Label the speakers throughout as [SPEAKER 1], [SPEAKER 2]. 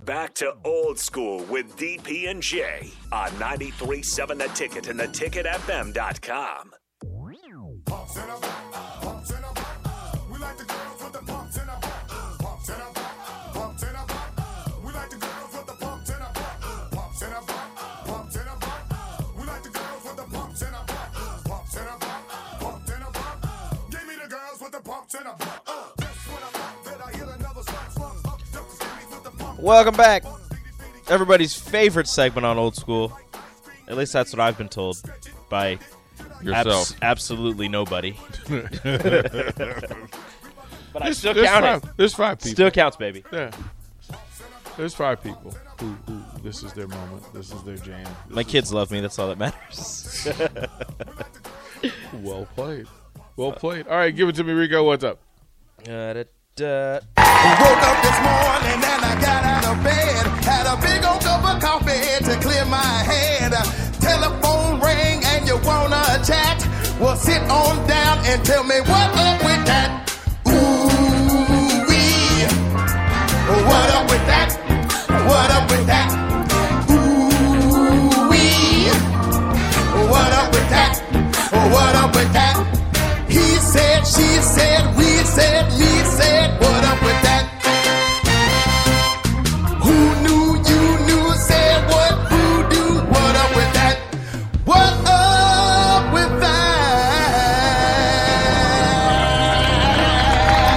[SPEAKER 1] Back to old school with DP and J on 93.7 The Ticket and theticketfm.com.
[SPEAKER 2] Pumps in a back, pumps in a back. We like the girls with the pumps in a back. Pumps in a back, pumps in a back. We like the girls with the pumps in a back. Pumps in a back, pumps in a back. We like the girls with the pumps in a back. Pumps in a back, pumps in a back. Give me the girls with the pumps in a back. Uh, That's when I'm out, that I hear another slap, slap, up, jump the skinny with the pump.
[SPEAKER 3] Welcome back. Everybody's favorite segment on Old School. At least that's what I've been told by
[SPEAKER 4] yourself.
[SPEAKER 3] abs- absolutely nobody. but I
[SPEAKER 4] There's-
[SPEAKER 3] still
[SPEAKER 4] there's
[SPEAKER 3] count it.
[SPEAKER 4] five- There's five people.
[SPEAKER 3] Still counts, baby.
[SPEAKER 4] Yeah. There's five people who, who this is their moment. This is their jam. This
[SPEAKER 3] My
[SPEAKER 4] is-
[SPEAKER 3] kids love me. That's all that matters.
[SPEAKER 4] Well played. Well played. All right, give it to me, Rico. What's up?
[SPEAKER 3] Da-da-da.
[SPEAKER 5] Woke up this morning and I got out of bed. Had a big old cup of coffee to clear my head. Telephone rang and you wanna chat? Well, sit on down and tell me what up with that. Ooh wee. What up with that? What up with that? Ooh wee. Oh, What up with that? Oh, What up with that? He said, she said, we said, me said, what up with that? Who knew you knew said what who do? What up with that? What up with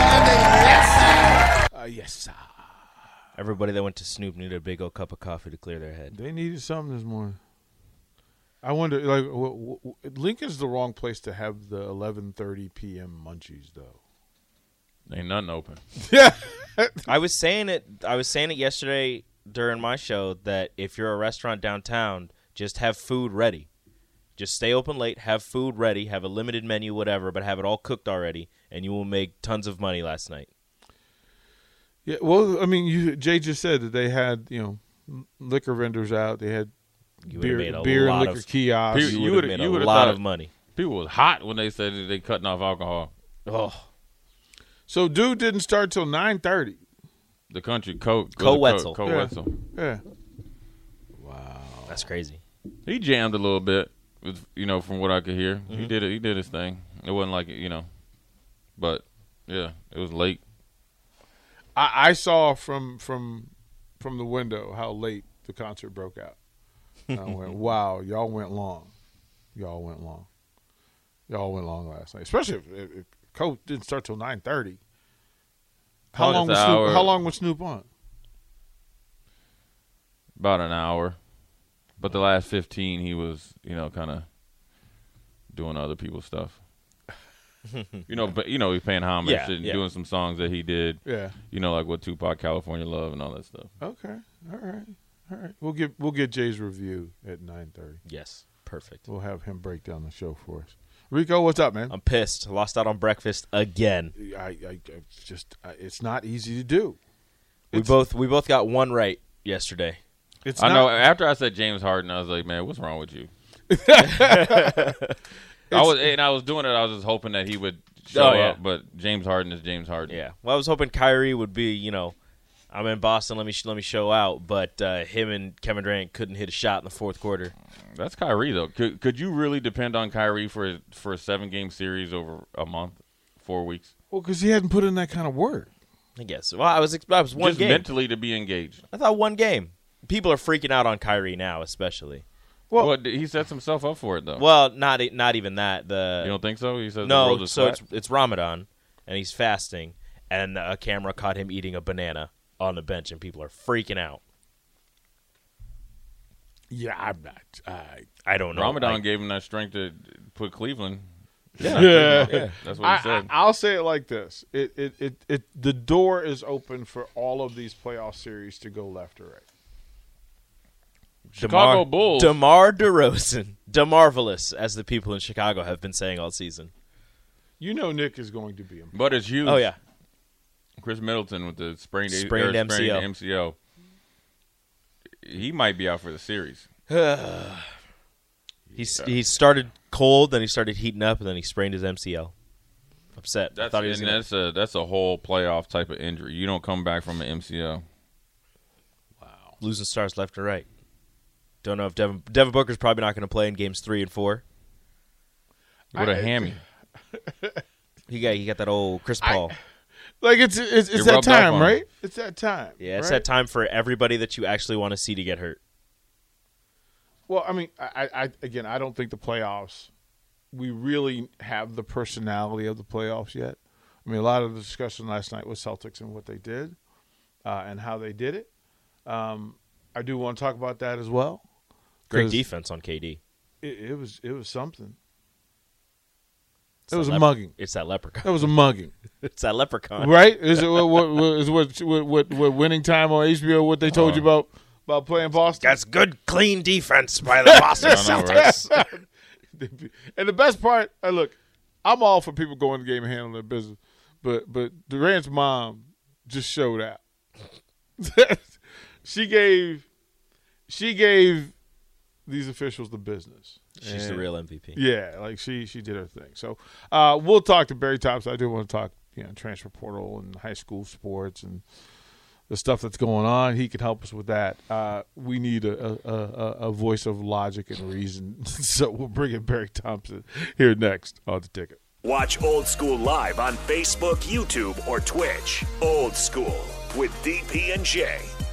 [SPEAKER 5] that?
[SPEAKER 4] Uh, yes, sir.
[SPEAKER 3] Everybody that went to Snoop needed a big old cup of coffee to clear their head.
[SPEAKER 4] They needed something this morning. I wonder, like, w- w- Lincoln's the wrong place to have the 11:30 p.m. munchies, though.
[SPEAKER 6] Ain't nothing open.
[SPEAKER 3] I was saying it. I was saying it yesterday during my show that if you're a restaurant downtown, just have food ready. Just stay open late, have food ready, have a limited menu, whatever, but have it all cooked already, and you will make tons of money. Last night,
[SPEAKER 4] Yeah. Well, I mean, you, Jay just said that they had, you know, m- liquor vendors out. They had
[SPEAKER 3] you would have
[SPEAKER 4] beer,
[SPEAKER 3] made a
[SPEAKER 4] beer and
[SPEAKER 3] lot
[SPEAKER 4] liquor
[SPEAKER 3] of
[SPEAKER 4] kiosks.
[SPEAKER 3] you,
[SPEAKER 6] You
[SPEAKER 3] would
[SPEAKER 6] would've-
[SPEAKER 3] have made
[SPEAKER 6] you
[SPEAKER 3] a
[SPEAKER 6] would've
[SPEAKER 3] lot
[SPEAKER 6] thought-
[SPEAKER 3] of money.
[SPEAKER 6] People was hot when they said that they cutting off alcohol.
[SPEAKER 3] Oh,
[SPEAKER 4] So, dude didn't start till 9:30.
[SPEAKER 6] The country co
[SPEAKER 3] Co- Wetzel.
[SPEAKER 6] Co
[SPEAKER 4] Yeah.
[SPEAKER 6] Wetzel.
[SPEAKER 4] Yeah.
[SPEAKER 3] that's crazy.
[SPEAKER 6] He jammed a little bit, with- you know, from what I could hear.
[SPEAKER 4] Mm-hmm.
[SPEAKER 6] He did it. He did his thing. It wasn't like you know, but yeah, it was late.
[SPEAKER 4] I, I saw from from from the window how late the concert broke out. And I went, wow, y'all went long, y'all went long, y'all went long last night. Especially if, if, if Coach didn't start till nine thirty. How
[SPEAKER 6] Oh,
[SPEAKER 4] long was
[SPEAKER 6] that's an
[SPEAKER 4] Snoop,
[SPEAKER 6] hour.
[SPEAKER 4] how long was Snoop on?
[SPEAKER 6] About an hour, but the last fifteen, he was you know kind of doing other people's stuff. you know, but you know, he's paying homage
[SPEAKER 3] Yeah,
[SPEAKER 6] and
[SPEAKER 3] yeah.
[SPEAKER 6] doing some songs that he did.
[SPEAKER 4] Yeah.
[SPEAKER 6] You know, like with Tupac, California Love, and all that stuff.
[SPEAKER 4] Okay. All right. All right. We'll get we'll get Jay's review at nine thirty.
[SPEAKER 3] Yes, perfect.
[SPEAKER 4] We'll have him break down the show for us. Rico, what's up, man?
[SPEAKER 6] Um,
[SPEAKER 3] I'm pissed. Lost out on breakfast again.
[SPEAKER 4] I, I, I just I, it's not easy to do.
[SPEAKER 3] We
[SPEAKER 4] It's-
[SPEAKER 3] both we both got one right yesterday.
[SPEAKER 4] It's
[SPEAKER 6] I
[SPEAKER 4] not,
[SPEAKER 6] know. After I said James Harden, I was like, man, what's wrong with you? I was and I was doing it. I was just hoping that he would show
[SPEAKER 3] Oh, yeah.
[SPEAKER 6] up, but James Harden is James Harden.
[SPEAKER 3] Yeah. Well, I was hoping Kyrie would be, you know, I'm in Boston. Let me let me show out. But uh, him and Kevin Durant couldn't hit a shot in the fourth quarter.
[SPEAKER 6] that's Kyrie though. Could could you really depend on Kyrie for for a seven game series over a month, four weeks?
[SPEAKER 4] Well, because he hadn't put in that kind of work.
[SPEAKER 3] I guess. Well, I was ex- I was one
[SPEAKER 6] just
[SPEAKER 3] game.
[SPEAKER 6] mentally to be engaged.
[SPEAKER 3] I thought one game. People are freaking out on Kyrie now, especially.
[SPEAKER 6] Well, he sets himself up for it though.
[SPEAKER 3] Well, not e- not even that. The
[SPEAKER 6] you don't think so? He says the world
[SPEAKER 3] no.
[SPEAKER 6] is
[SPEAKER 3] So
[SPEAKER 6] flat.
[SPEAKER 3] it's it's Ramadan, and he's fasting, and a camera caught him eating a banana on the bench, and people are freaking out.
[SPEAKER 4] Yeah, I'm not. I,
[SPEAKER 3] I don't know.
[SPEAKER 6] Ramadan
[SPEAKER 3] Like,
[SPEAKER 6] gave him that strength to put Cleveland.
[SPEAKER 4] yeah.
[SPEAKER 6] That's what he
[SPEAKER 4] I,
[SPEAKER 6] said.
[SPEAKER 4] I, will say it like this: it, it, it, it, the door is open for all of these playoff series to go left or right.
[SPEAKER 6] Chicago
[SPEAKER 3] DeMar,
[SPEAKER 6] Bulls.
[SPEAKER 3] Demar Derozan, Demarvelous, as the people in Chicago have been saying all season.
[SPEAKER 4] You know, Nick is going to be. in-
[SPEAKER 6] but it's huge.
[SPEAKER 3] Oh yeah,
[SPEAKER 6] Chris Middleton with the sprained,
[SPEAKER 3] Sprained
[SPEAKER 6] or sprained
[SPEAKER 3] MCL.
[SPEAKER 6] MCL. He might be out for the series.
[SPEAKER 3] He s he started cold, then he started heating up, and then he sprained his MCL. Upset. I
[SPEAKER 6] That's,
[SPEAKER 3] thought he was
[SPEAKER 6] and
[SPEAKER 3] gonna-
[SPEAKER 6] that's a that's a whole playoff type of injury. You don't come back from an MCL.
[SPEAKER 3] losing stars left and right. Don't know if Devin Devin Booker's probably not going to play in games three and four.
[SPEAKER 6] What
[SPEAKER 4] I-
[SPEAKER 6] a hammy.
[SPEAKER 3] He got he got that old Chris Paul.
[SPEAKER 4] Like it's it's,
[SPEAKER 6] It
[SPEAKER 4] it's that
[SPEAKER 6] rubbed off
[SPEAKER 4] time,
[SPEAKER 6] on
[SPEAKER 4] right?
[SPEAKER 6] him.
[SPEAKER 4] It's that time.
[SPEAKER 3] yeah, it's
[SPEAKER 4] right?
[SPEAKER 3] that time for everybody that you actually want to see to get hurt.
[SPEAKER 4] Well, I mean, I, I again, I don't think the playoffs. We really have the personality of the playoffs yet. I mean, a lot of the discussion last night was Celtics and what they did, uh, and how they did it. Um, I do want to talk about that as well.
[SPEAKER 3] Great
[SPEAKER 4] 'cause
[SPEAKER 3] defense on KD.
[SPEAKER 4] It, it was it was something.
[SPEAKER 3] It's
[SPEAKER 4] It was
[SPEAKER 3] that
[SPEAKER 4] a
[SPEAKER 3] lep-
[SPEAKER 4] mugging.
[SPEAKER 3] It's that leprechaun.
[SPEAKER 4] That was a mugging,
[SPEAKER 3] It's that leprechaun.
[SPEAKER 4] right? Is it what, what, what is what, what what what winning time on HBO? What they told you about about playing Boston?
[SPEAKER 3] That's good, clean defense by the Boston
[SPEAKER 6] I know, right?
[SPEAKER 3] Celtics.
[SPEAKER 4] and the best part, uh, look, I'm all for people going to the game and handling their business, but but Durant's mom just showed out. she gave she gave these officials the business.
[SPEAKER 3] She's the
[SPEAKER 4] And-
[SPEAKER 3] real MVP.
[SPEAKER 4] Yeah, like she she did her thing. So uh, we'll talk to Barry Tops. I do want to talk, you know, transfer portal and high school sports and the stuff that's going on. He can help us with that. Uh, we need a, a, a, a voice of logic and reason. so we'll bring in Barry Thompson here next on the ticket.
[SPEAKER 1] Watch Old School live on Facebook, YouTube, or Twitch. Old School with DP and J